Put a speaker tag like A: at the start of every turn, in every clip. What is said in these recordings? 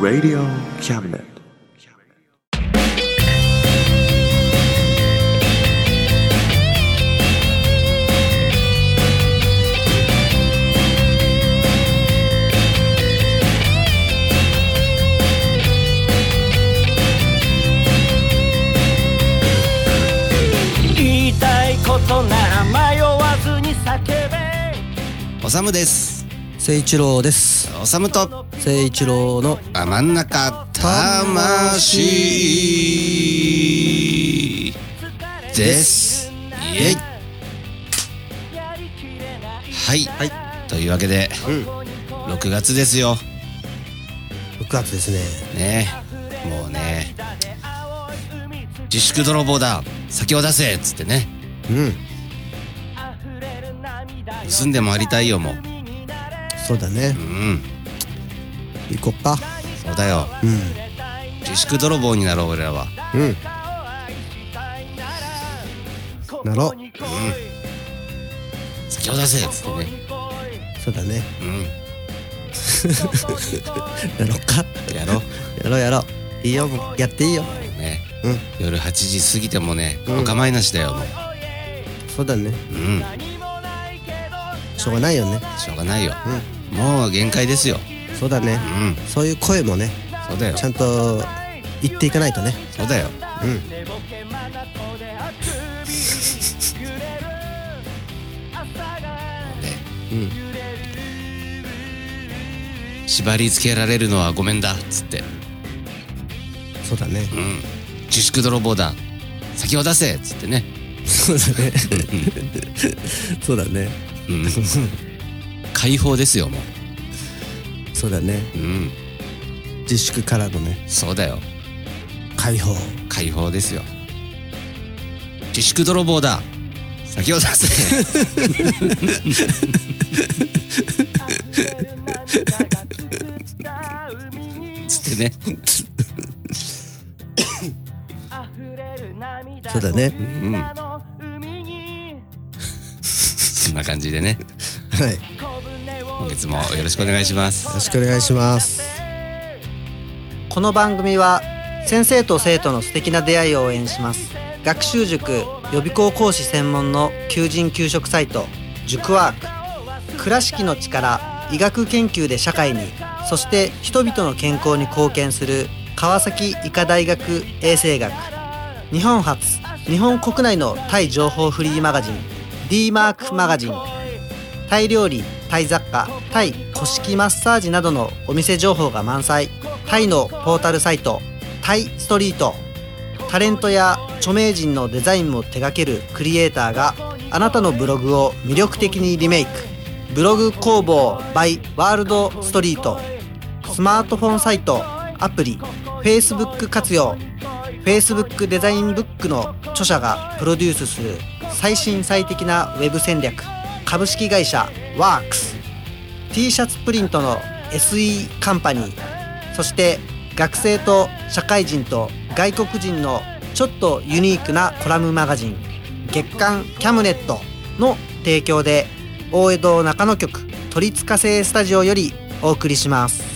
A: Radio Cabinet.
B: 言いたいことなら迷わずに叫べ
C: おさむです
D: 誠一郎です
C: おさむと
D: 誠一郎の
C: あ真ん中魂ですイエイはい、というわけで、6月ですよ
D: 6月ですね
C: ねもうね自粛泥棒だ酒を出せっつってね
D: うん
C: 盗んで回りたいよもう
D: そうだね
C: うん
D: 行こっか
C: そうだよ
D: うん
C: 自粛泥棒になろう俺らは
D: うんなろ
C: 酒を出せっつってね
D: そうだね
C: うん
D: やろっか
C: やろう
D: やろうやろういいよもうやっていいよ
C: ね
D: うん
C: 夜8時過ぎてもね、
D: ん
C: お構いなしだよもう
D: そうだね
C: うん
D: しょうがないよね
C: しょうがないよ、もう限界ですよ
D: そうだね
C: うん
D: そういう声もね
C: そうだよ
D: ちゃんと言っていかないとね
C: そうだよ
D: うん
C: ね
D: うん
C: 縛り付けられるのはごめんだっつって
D: そうだね
C: うん自粛泥棒だ先を出せっつってね
D: そうだねそうだね
C: うん 解放ですよも
D: そうだね
C: ううん
D: 自粛からのね
C: そうだよ
D: 解放
C: 解放ですよ自粛泥棒だ先を出せつってね
D: そうだね
C: うんそんな感じでね
D: はいよ
C: 今月もよろしくお願いします
D: ろしくお願いします
E: この番組は先生と生徒の素敵な出会いを応援します学習塾予備校講師専門の求人・求職サイト塾ワーク倉敷の力医学研究で社会にそして人々の健康に貢献する川崎医科大学衛生学日本初日本国内のタイ情報フリーマガジン d マークマガジンタイ料理タイ雑貨タイ古式マッサージなどのお店情報が満載タイのポータルサイトタイストリートタレントや著名人のデザインも手掛けるクリエイターがあなたのブログを魅力的にリメイクブログ工房 by ワールドストリートスマートフォンサイトアプリ Facebook 活用 Facebook デザインブックの著者がプロデュースする最新最適なウェブ戦略株式会社 WorksT シャツプリントの SE カンパニーそして学生と社会人と外国人のちょっとユニークなコラムマガジン月刊キャムネットの提供で大江戸中野局鳥塚製スタジオよりお送りします。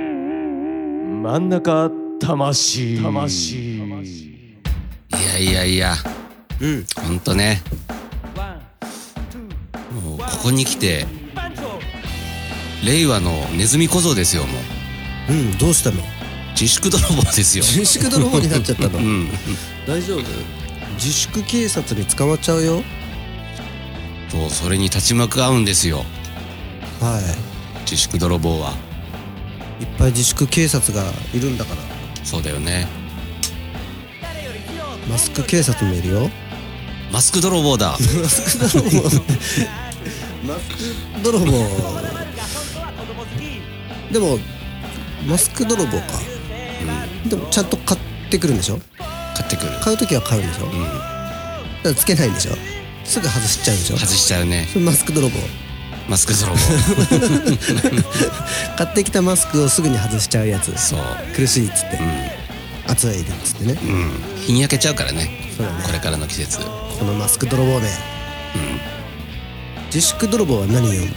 F: 真ん中魂魂
C: いやいやいや
D: うん
C: ほんとねもうここに来て令和のネズミ小僧ですよもう
D: うんどうしたの
C: 自粛泥棒です よ
D: 自粛泥棒になっちゃったの
C: うん
D: 大丈夫自粛警察に捕まっちゃうよ
C: とそれに立ち向かうんですよ
D: は
C: 自粛泥棒はい
D: いっぱい自粛警察がいるんだから
C: そうだよね
D: マスク警察もいるよ
C: マスク泥棒だ
D: マスク泥棒マスク泥棒でもマスク泥棒か、でもちゃんと買ってくるんでしょ
C: 買ってくる
D: 買う時は買うんでしょ、
C: うん
D: だからつけないんでしょすぐ外しちゃうんでしょ
C: 外しちゃうね
D: それマスク泥棒
C: マスク泥棒
D: 買ってきたマスクをすぐに外しちゃうやつ
C: そう
D: 苦しいっつって、暑いっつってね、
C: うん日に焼けちゃうからね
D: そうだね
C: これからの季節
D: このマスク泥棒ね、自粛泥棒は何を盗むの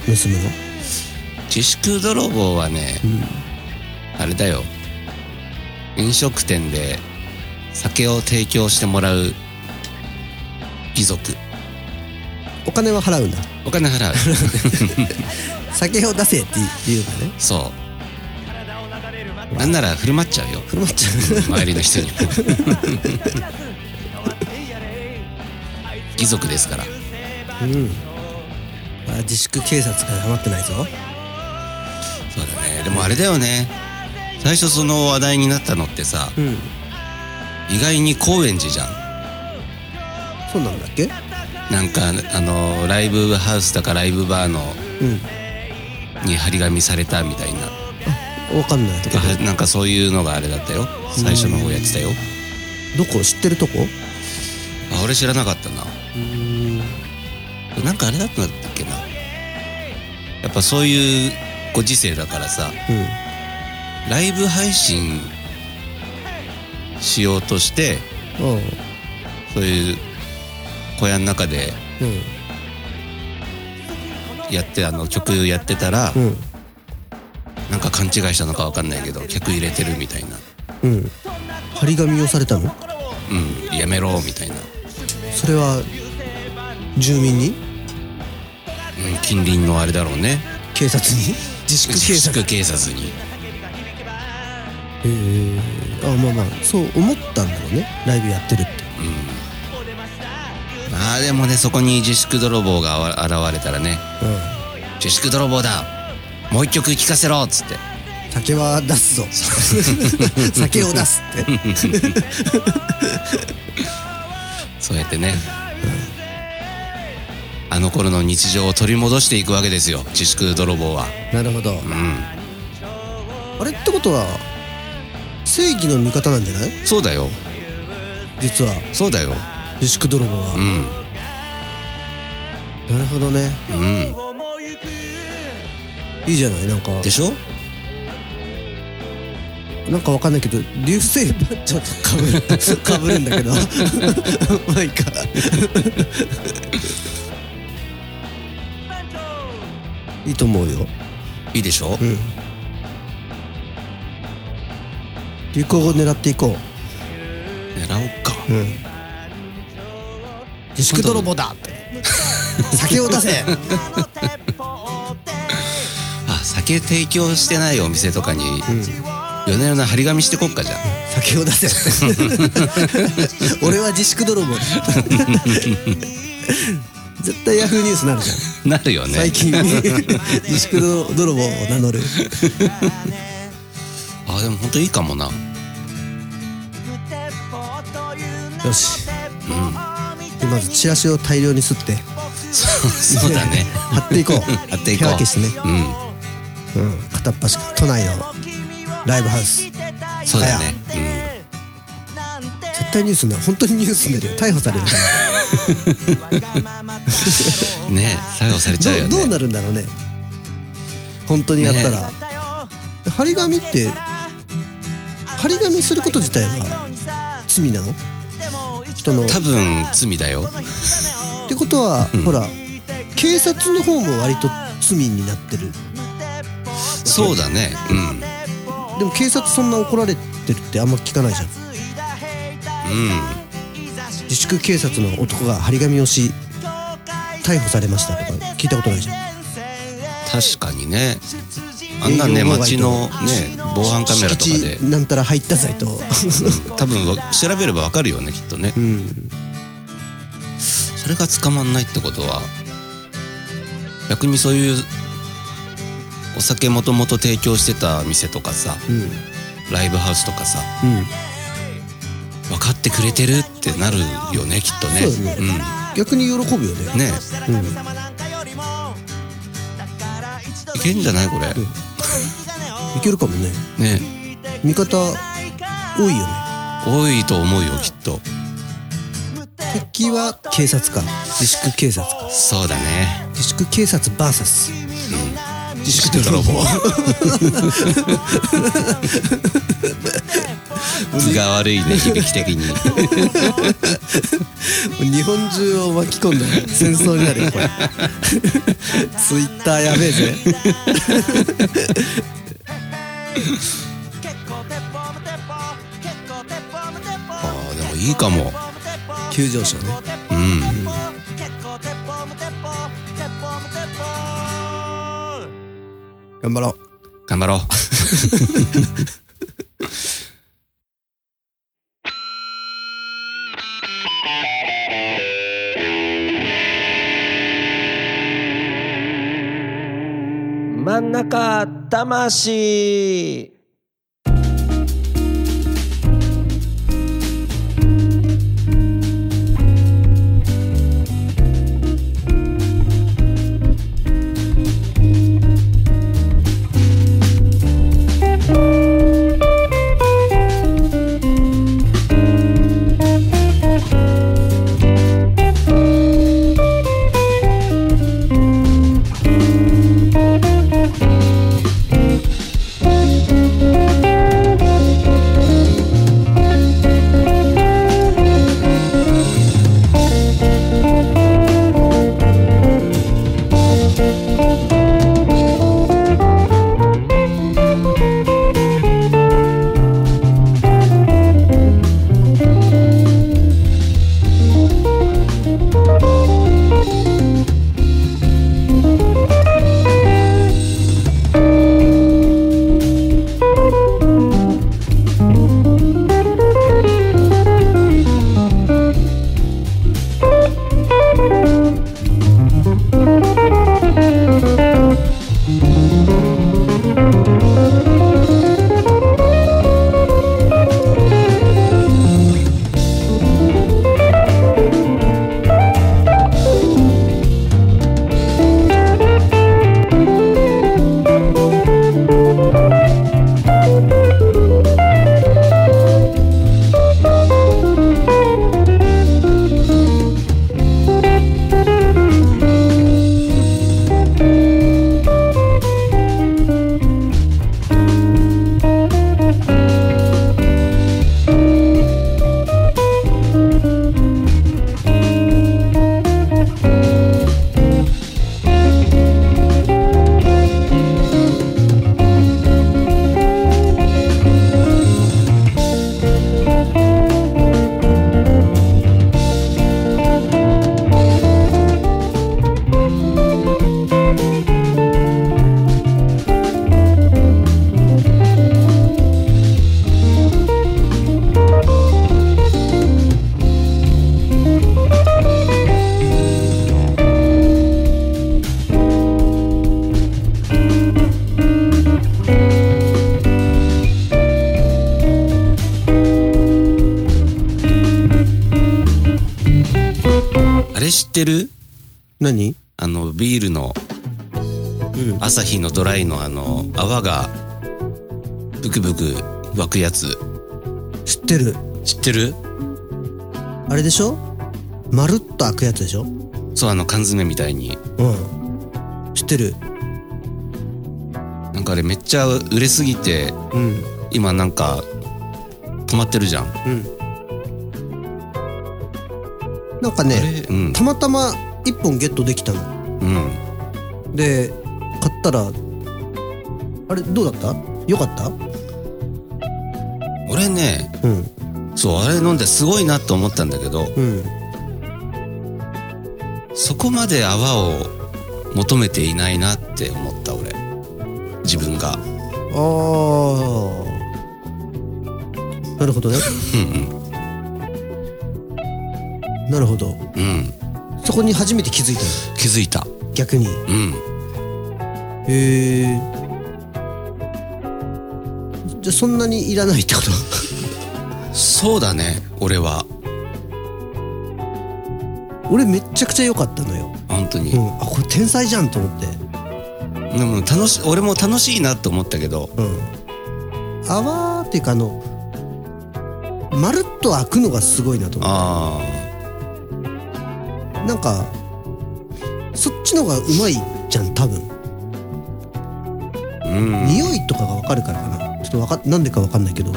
C: 自粛泥棒はね、あれだよ飲食店で酒を提供してもらう貴族
D: お金は払うんだ
C: お金払う
D: 酒を出せって言うんだね
C: そうなんなら振る舞っちゃうよ
D: 振る舞っちゃう
C: 周りの人に も貴族ですから
D: うん、あ自粛警察からハマってないぞ
C: そうだねでもあれだよね最初その話題になったのってさ
D: うん
C: 意外に高円寺じゃん
D: そうなんだっけ
C: なんかあのライブハウスだかライブバーの
D: うん
C: に張り紙されたみたいな
D: わかんないと
C: と
D: か
C: かなんかそういうのがあれだったよ最初の方やってたよ
D: どこ知ってるとこ
C: あ俺知らなかったななんかあれだったんだっけなやっぱそういうご時世だからさ
D: うん
C: ライブ配信しようとして
D: おう
C: そういう小屋の中で
D: うん
C: やってあの曲やってたら、
D: うん
C: なんか勘違いしたのかわかんないけど客入れてるみたいな
D: うん張り紙をされたの
C: うんやめろみたいな、
D: それは住民に
C: うん、近隣のあれだろうね
D: 警察に自粛
C: 自
D: 警察
C: 粛警察に
D: へえあまあまあそう思ったんだろうねライブやってるって
C: ああでもねそこに自粛泥棒がわ現れたらね
D: うん
C: 「自粛泥棒だもう一曲聴かせろ」っつって
D: 酒は出す ぞ酒を出すって
C: そうやってね、あの頃の日常を取り戻していくわけですよ自粛泥棒は
D: なるほど
C: うん
D: あれってことは正義の味方なんじゃない
C: そうだよ
D: 実は
C: そうだよ
D: 自粛泥棒は、
C: うん
D: なるほどね
C: うん
D: いいじゃないなんか
C: でしょ
D: なんかわかんないけど流星バッチョとかぶる 被るんだけどまあいいかいいと思うよ
C: いいでしょ、
D: うん流行を狙っていこ
C: 狙おうか
D: う、うん、自粛泥棒だって 酒を出せ
C: あ酒提供してないお店とかに、夜な夜な張り紙してこっかじゃん
D: 酒を出せ俺は自粛泥棒だ絶対ヤフーニュースなるじゃん
C: なるよね
D: 最近自粛泥棒を名乗る
C: あでも本当いいかもな
D: よし、で まずチラシを大量に吸って
C: そうそうだね
D: 貼っていこう
C: 貼っていこう
D: 手分けしてね、
C: うん
D: うん、片っ端から都内のライブハウス絶
C: そうだね
D: 対ニュースになる本当にニュースになるよ逮捕されるか
C: うんね作用されちゃうよね
D: らどうどうなるんだろうね本当にやったら、張り紙って張り紙すること自体は罪なの人の
C: 多分罪だよ
D: ってことは、ほら警察の方も割と罪になってる
C: そうだねうん
D: でも警察そんな怒られてるってあんま聞かないじゃん
C: うん
D: 自粛警察の男が張り紙をし逮捕されましたとか聞いたことないじゃん
C: 確かにねあんなね
D: 営業妨
C: 街
D: 害と
C: のね防犯カメラとかで
D: 敷地なんたら入った罪と
C: 多分わ調べればわかるよねきっとね
D: うん
C: それが捕まんないってことは逆にそういうお酒もともと提供してた店とかさ
D: うん
C: ライブハウスとかさ
D: うん
C: 分かってくれてるってなるよねきっとね
D: そうだね
C: ん
D: 逆に喜ぶよね
C: ね
D: うん
C: いけんじゃないこれ
D: いけるかもね
C: ね
D: 味方多いよね
C: 多いと思うよきっと
D: 敵は警察官自粛警察官
C: そうだね
D: 自粛警察 VS
C: 自粛泥棒図が悪いね響き的 に
D: 日本中を巻き込んだ戦争になるよこれ ツイッターやべえぜ
C: ああでもいいかも
D: 急上昇ね
C: うん
D: 頑張ろう
C: 頑張ろう
F: 真ん中魂
C: あれ知ってる
D: 何
C: あのビールの
D: うん
C: 朝日のドライのあの泡がブクブク湧くやつ
D: 知ってる
C: 知ってる
D: あれでしょまるっと開くやつでしょ
C: そうあの缶詰みたいに
D: うん知ってる
C: なんかあれめっちゃ売れすぎて
D: うん
C: 今なんか止まってるじゃん
D: うんなんかね
C: うん
D: たまたま1本ゲットできたの
C: うん
D: で買ったらあれどうだったよかった
C: 俺ね
D: うん
C: そうあれ飲んですごいなと思ったんだけど
D: うん
C: そこまで泡を求めていないなって思った俺自分が
D: ああなるほどね
C: うん
D: なるほど
C: うんうん
D: そこに初めて気づいた
C: 気づいた
D: の逆に
C: うん
D: へえじゃあそんなにいらないってこと
C: そうだね俺は
D: 俺めっちゃくちゃ良かったのよ、
C: 本当に
D: う、ん、あこれ天才じゃんと思って、
C: でも楽し俺も楽しいなって思ったけど
D: うん、泡っていうかあのまるっと開くのがすごいなと思っ
C: あ
D: てなんかそっちの方がうまいじゃん多分、
C: あうん
D: 匂いとかが分かるからかなちょっとわかなんでか分かんないけど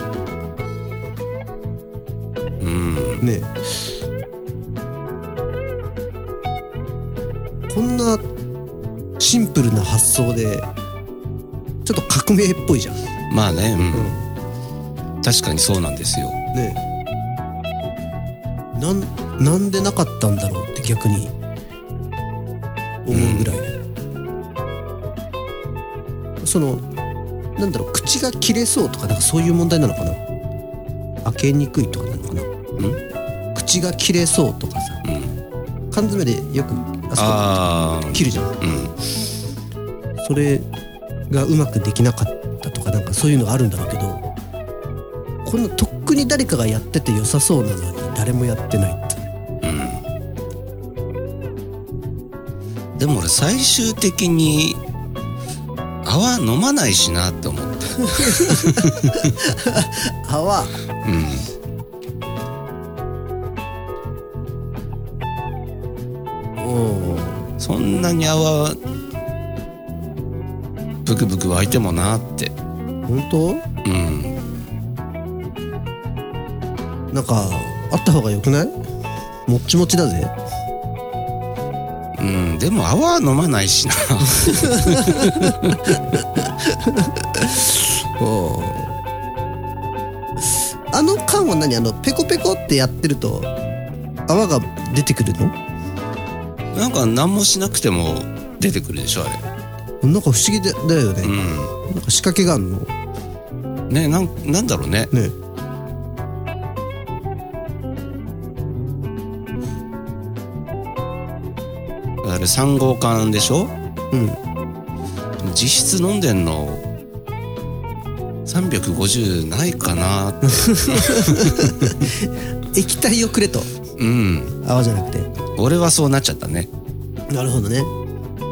C: うん
D: ねえこんなシンプルな発想でちょっと革命っぽいじゃん、
C: まあねうん
D: う
C: 確かにそうなんですよ
D: ん、ねえなんなんでなかったんだろうって逆に思うぐらい、そのなんだろう口が切れそうとかなんかそういう問題なのかな開けにくいとかなのかな口が切れそうとかさ
C: うん
D: 缶詰でよくあ
C: あ
D: そこ切るじゃん
C: あうん
D: それがうまくできなかったとかなんかそういうのがあるんだろうけどこんなとっくに誰かがやってて良さそうなのに誰もやってないって
C: でも俺最終的に泡飲まないしなって思って
D: 泡
C: うんそんなに泡ブクブク湧いてもなって
D: 本当
C: うん
D: なんかあった方が良くないもっちもちだぜ
C: うんでも泡は飲まない しな
D: あの缶は何あのペコペコってやってると泡が出てくるの
C: なんか何もしなくても出てくるでしょあれ
D: なんか不思議だだよね、
C: う
D: なんか仕掛けがあるの
C: んねなんなんだろうね
D: ね
C: あれ3号缶でしょ
D: うん
C: 実質飲んでんの350ないかな って
D: 液体をくれと
C: うん
D: 泡じゃなくて
C: 俺はそうなっちゃったね
D: なるほどね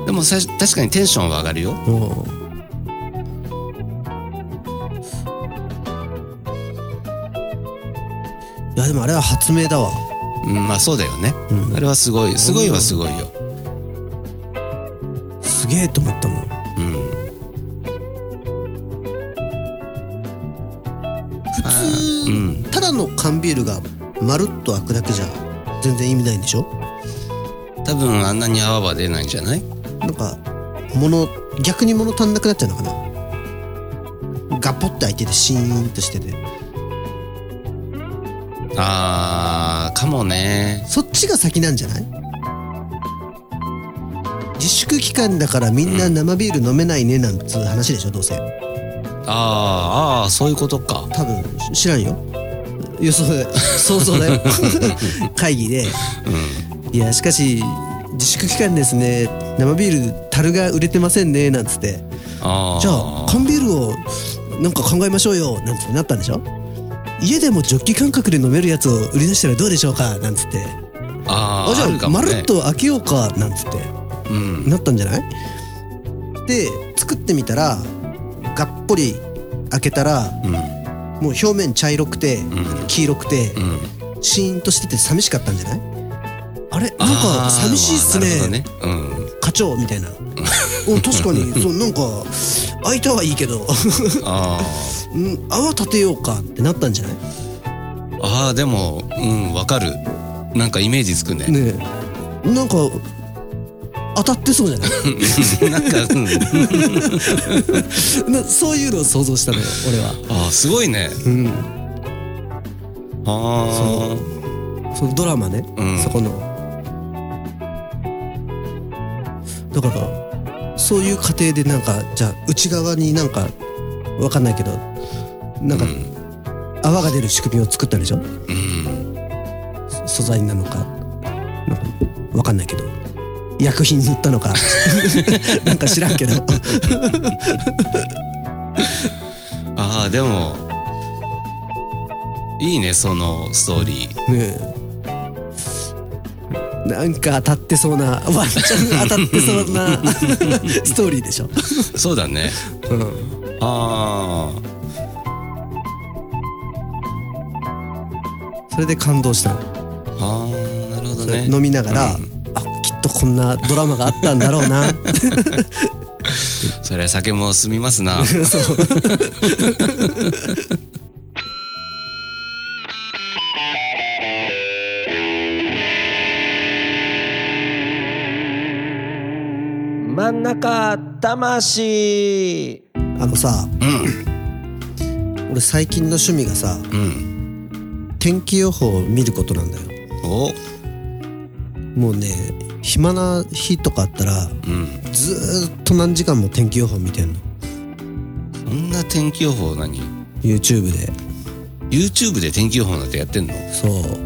C: でもさ確かにテンションは上がるよ
D: おいやでもあれは発明だわ
C: うんまあそうだよね、
D: うん
C: あれはすごいすごいはすごいよ
D: すげえと思ったもん
C: うん
D: 普通、
C: うん
D: ただの缶ビールがまるっと開くだけじゃ全然意味ないんでしょ
C: 多分あんなに泡は出ないんじゃない
D: なんか物逆に物足んなくなっちゃうのかなガポって開いててシーンとしてて
C: あーかもね
D: そっちが先なんじゃない自粛期間だからみんな生ビール飲めないねなんつう話でしょどうせ
C: あーあーそういうことか
D: 多分し知らんよ予想 で想像だよ会議で、いやしかし自粛期間ですね生ビール樽が売れてませんねなんつって
C: ああ
D: じゃあ缶ビールをなんか考えましょうよなんつってなったんでしょ家でもジョッキ感覚で飲めるやつを売り出したらどうでしょうかなんつって
C: あ
D: あ
C: ー
D: じ
C: あ
D: ゃあ
C: るかも
D: ま
C: ね
D: るっと開けようかなんつって
C: うん
D: なったんじゃないで作ってみたらがっぽり開けたら
C: うん
D: もう表面茶色くて、
C: ん
D: 黄色くて、
C: うん
D: シーンとしてて寂しかったんじゃないあれなん
C: あ
D: か
C: ー
D: 寂しいっす
C: まあなる
D: ね
C: ほどね
D: 課長みたい なお確かにそうなんか開いたはいいけど
C: うんあ
D: うん泡立てようかってなったんじゃない
C: ーあーでもうんわかるなんかイメージつくね
D: ねえなんか当たってそうじゃない
C: なんか、うん、
D: なそういうのを想像したのよ俺は。
C: あーすごいね
D: うん
C: あ
D: そのドラマね、
C: うん
D: そこのだからそういう過程でなんかじゃあ内側になんかわかんないけどなんか、泡が出る仕組みを作ったでし
C: あ
D: ょ
C: うん
D: そ素材なのかなんかわかんないけど薬品塗ったのかなんか知らんけど
C: ああでも いいねそのストーリー
D: ねえなんか当たってそうなワンチャン当たってそうなストーリーでしょ、
C: そうだね
D: うん、
C: ああ
D: それで感動したの
C: あーなるほど
D: それ
C: ね
D: 飲みながら、
C: うん
D: あきっとこんなドラマがあったんだろ うな
C: それ酒も進みます な
F: 真ん中魂
D: あのさ
C: うん
D: 俺最近の趣味がさ
C: うん
D: 天気予報を見ることなんだよ
C: お
D: もうね暇な日とかあったら
C: うん
D: ずーっと何時間も天気予報見てんの
C: そんな天気予報何
D: YouTube で
C: YouTube で天気予報なんてやってんの
D: そう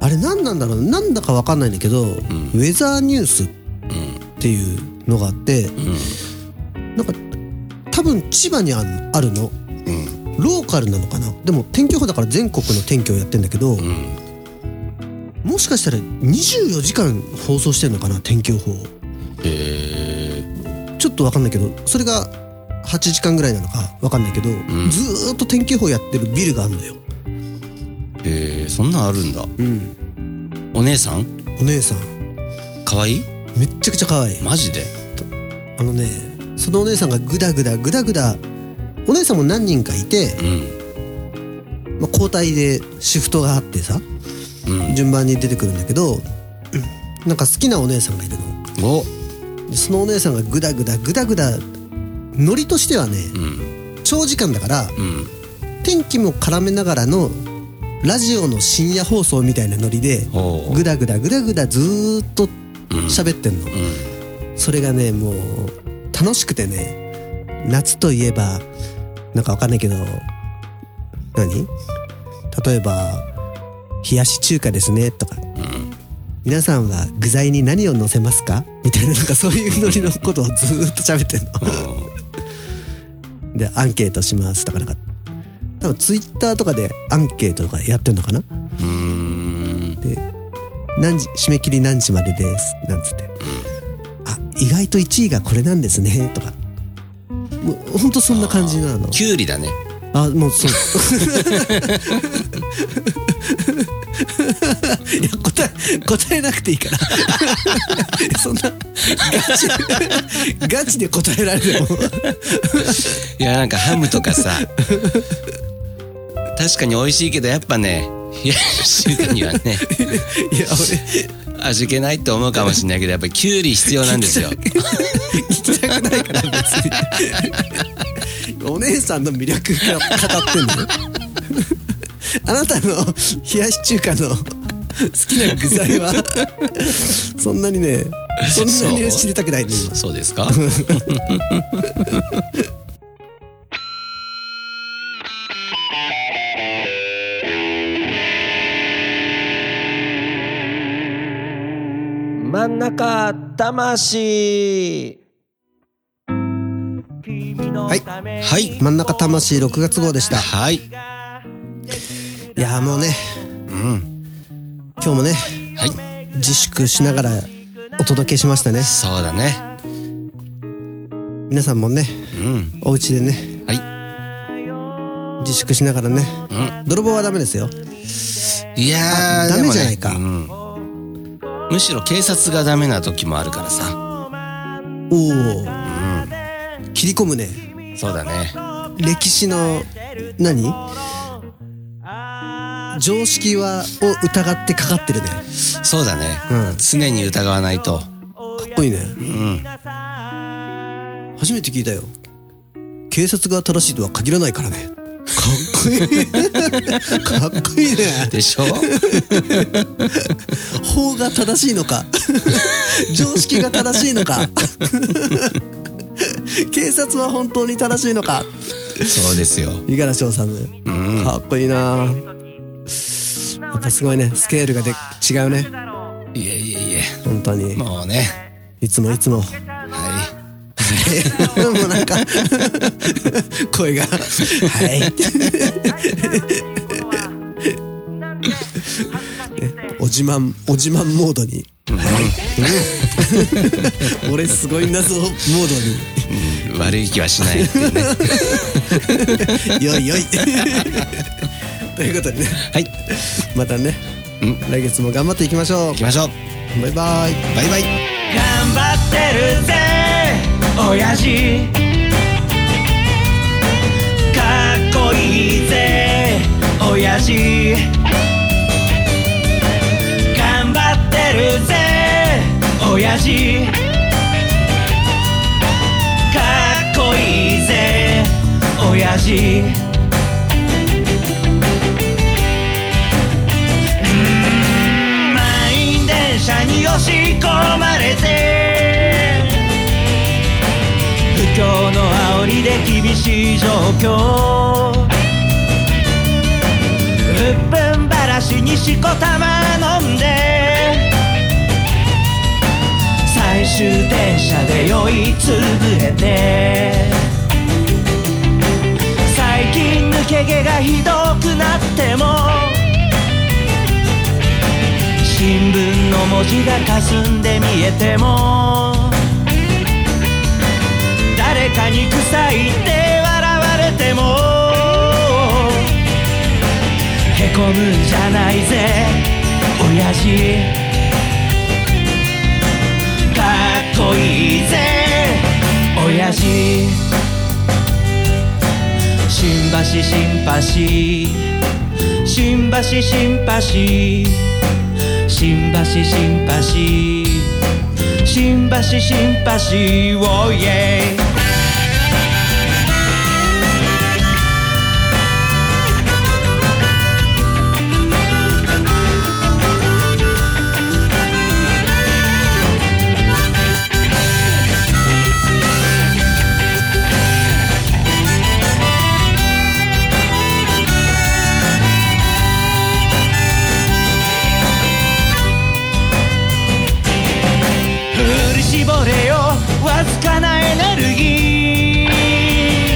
D: あれ何なんだろうなんだか分かんないんだけど、ウェザーニュースっていうのがあって、なんか多分千葉にあんあるの
C: うん
D: ローカルなのかなでも天気予報だから全国の天気をやってんだけど、
C: うん
D: もしかしたら24時間放送してんのかな天気予報を
C: へえ
D: ちょっと分かんないけどそれが8時間ぐらいなのか分かんないけど、
C: ん
D: ずーっと天気予報やってるビルがあるのよ、
C: へえそんなんあるんだ
D: うん、
C: お姉さん
D: お姉さん
C: 可愛い
D: めっちゃくちゃ可愛い
C: マジで
D: あのねそのお姉さんがグダグダグダグダお姉さんも何人かいて
C: う、ん
D: まあ、交代でシフトがあってさ
C: うん
D: 順番に出てくるんだけどなんか好きなお姉さんがいるの
C: お
D: でそのお姉さんがグダグダグダグダノリとしてはね
C: うん
D: 長時間だから
C: うん
D: 天気も絡めながらのラジオの深夜放送みたいなノリで
C: ほう
D: グダグダグダグダずーっと喋ってんの、
C: うん
D: それがねもう楽しくてね夏といえばなんかわかんないけど何例えば「冷やし中華ですね」とか、皆さんは具材に何を乗せますか?」みたいななんかそういうノリのことをずーっと喋ってんの。でアンケートしますとかなんか多分ツイッターとかでアンケートとかやってんのかな
C: うん
D: 何時締め切り何時までですなんつって、あ意外と1位がこれなんですねとかもうほんとそんな感じなの
C: きゅうりだね
D: あもう そういや答え答えなくていいから そんなガチ ガチで答えられても
C: いやなんかハムとか さ確かに美味しいけどやっぱね冷やし中華にはね
D: いや俺
C: 味気ないって思うかもしれないけどやっぱりキュウリ必要なん ですよ
D: 聞きたくないから別に お姉さんの魅力が語ってんのよ あなたの冷やし中華の好きな具材は そんなにねそんなに知りたくないね今
C: そうですか
F: 真ん中魂
D: はい
C: はい
D: 真ん中魂6月号でした
C: はい
D: いやーもうね
C: うん
D: 今日もね
C: はい
D: 自粛しながらお届けしましたね
C: そうだね
D: 皆さんもね
C: うん
D: お家でね
C: は
D: 自粛しながらね、泥棒はダメですよ
C: いいやー
D: あダメ
C: でもね
D: じゃないか
C: うんむしろ警察がダメな時もあるからさ
D: おお、切り込むね
C: そうだね
D: 歴史の何常識はを疑ってかかってるね
C: そうだね、
D: うん
C: 常に疑わないと
D: かっこいいね
C: うん
D: 初めて聞いたよ警察が正しいとは限らないからねかっこいいかっこいいね
C: で しょ
D: 法が正しいのか常識が正しいのか警察は本当に正しいのか
C: そうですよ
D: 五十嵐さんの、かっこいいなやっぱすごいねスケールがで違うね
C: いえいえいえ
D: 本当に
C: もうね
D: いつもいつも も
C: はいう
D: なんか声がはいおおじまんおじまんモードに俺すごいんだぞモー
C: うん悪い気はしないっていうね
D: ドによいよい ということでね
C: はい
D: またね
C: うん
D: 来月も頑張っていきましょ
C: 行
D: う
C: きましょう
D: バイバイ
C: バイバイ
B: 頑張ってるぜ親父かっこいいぜ親父頑張ってるぜ親父かっこいいぜ親父満員電車に押し込まれて不況の煽りで厳しい状況うっぷんばらしにしこたま飲んで最終電車で酔いつぶれて最近抜け毛がひどくなっても新聞の文字が霞んで見えても誰かに臭いって笑われてもへこむんじゃないぜ親父かっこいいぜ親父新橋新橋新橋新橋新橋新橋新橋新橋おいえ振り絞れよわずかなエネルギ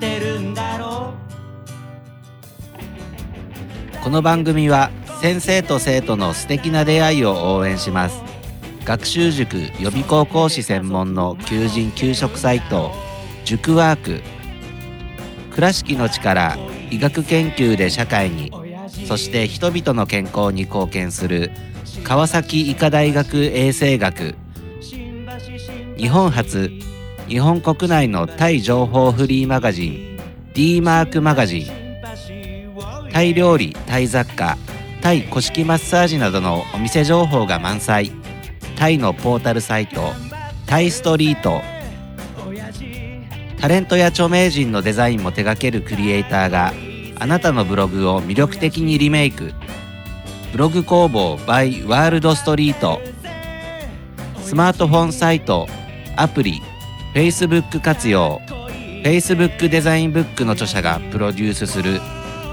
B: てるんだろ
E: この番組は先生と生徒の素敵な出会いを応援します学習塾予備校講師専門の求人・給食サイト塾ワーク倉敷の力医学研究で社会にそして人々の健康に貢献する川崎医科大学衛生学日本初日本国内のタイ情報フリーマガジン d マークマガジンタイ料理タイ雑貨タイ古式マッサージなどのお店情報が満載タイのポータルサイトタイストリートタレントや著名人のデザインも手掛けるクリエイターがあなたのブログを魅力的にリメイクブログ工房 by ワールドストリートスマートフォンサイトアプリ Facebook 活用 Facebook デザインブックの著者がプロデュースする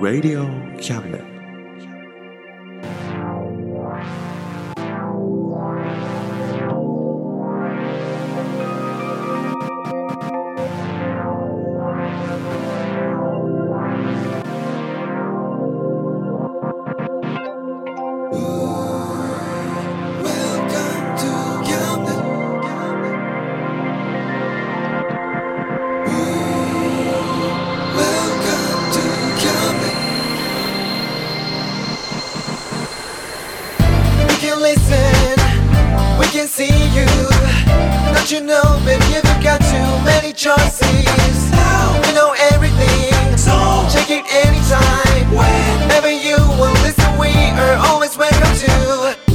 A: Radio Cabinet.
G: Welcome to your
E: can listen, we can see you. Don't you know, baby, you've got too many choices. You know everything, so check it anytime. Whenever you will listen, we are always welcome to.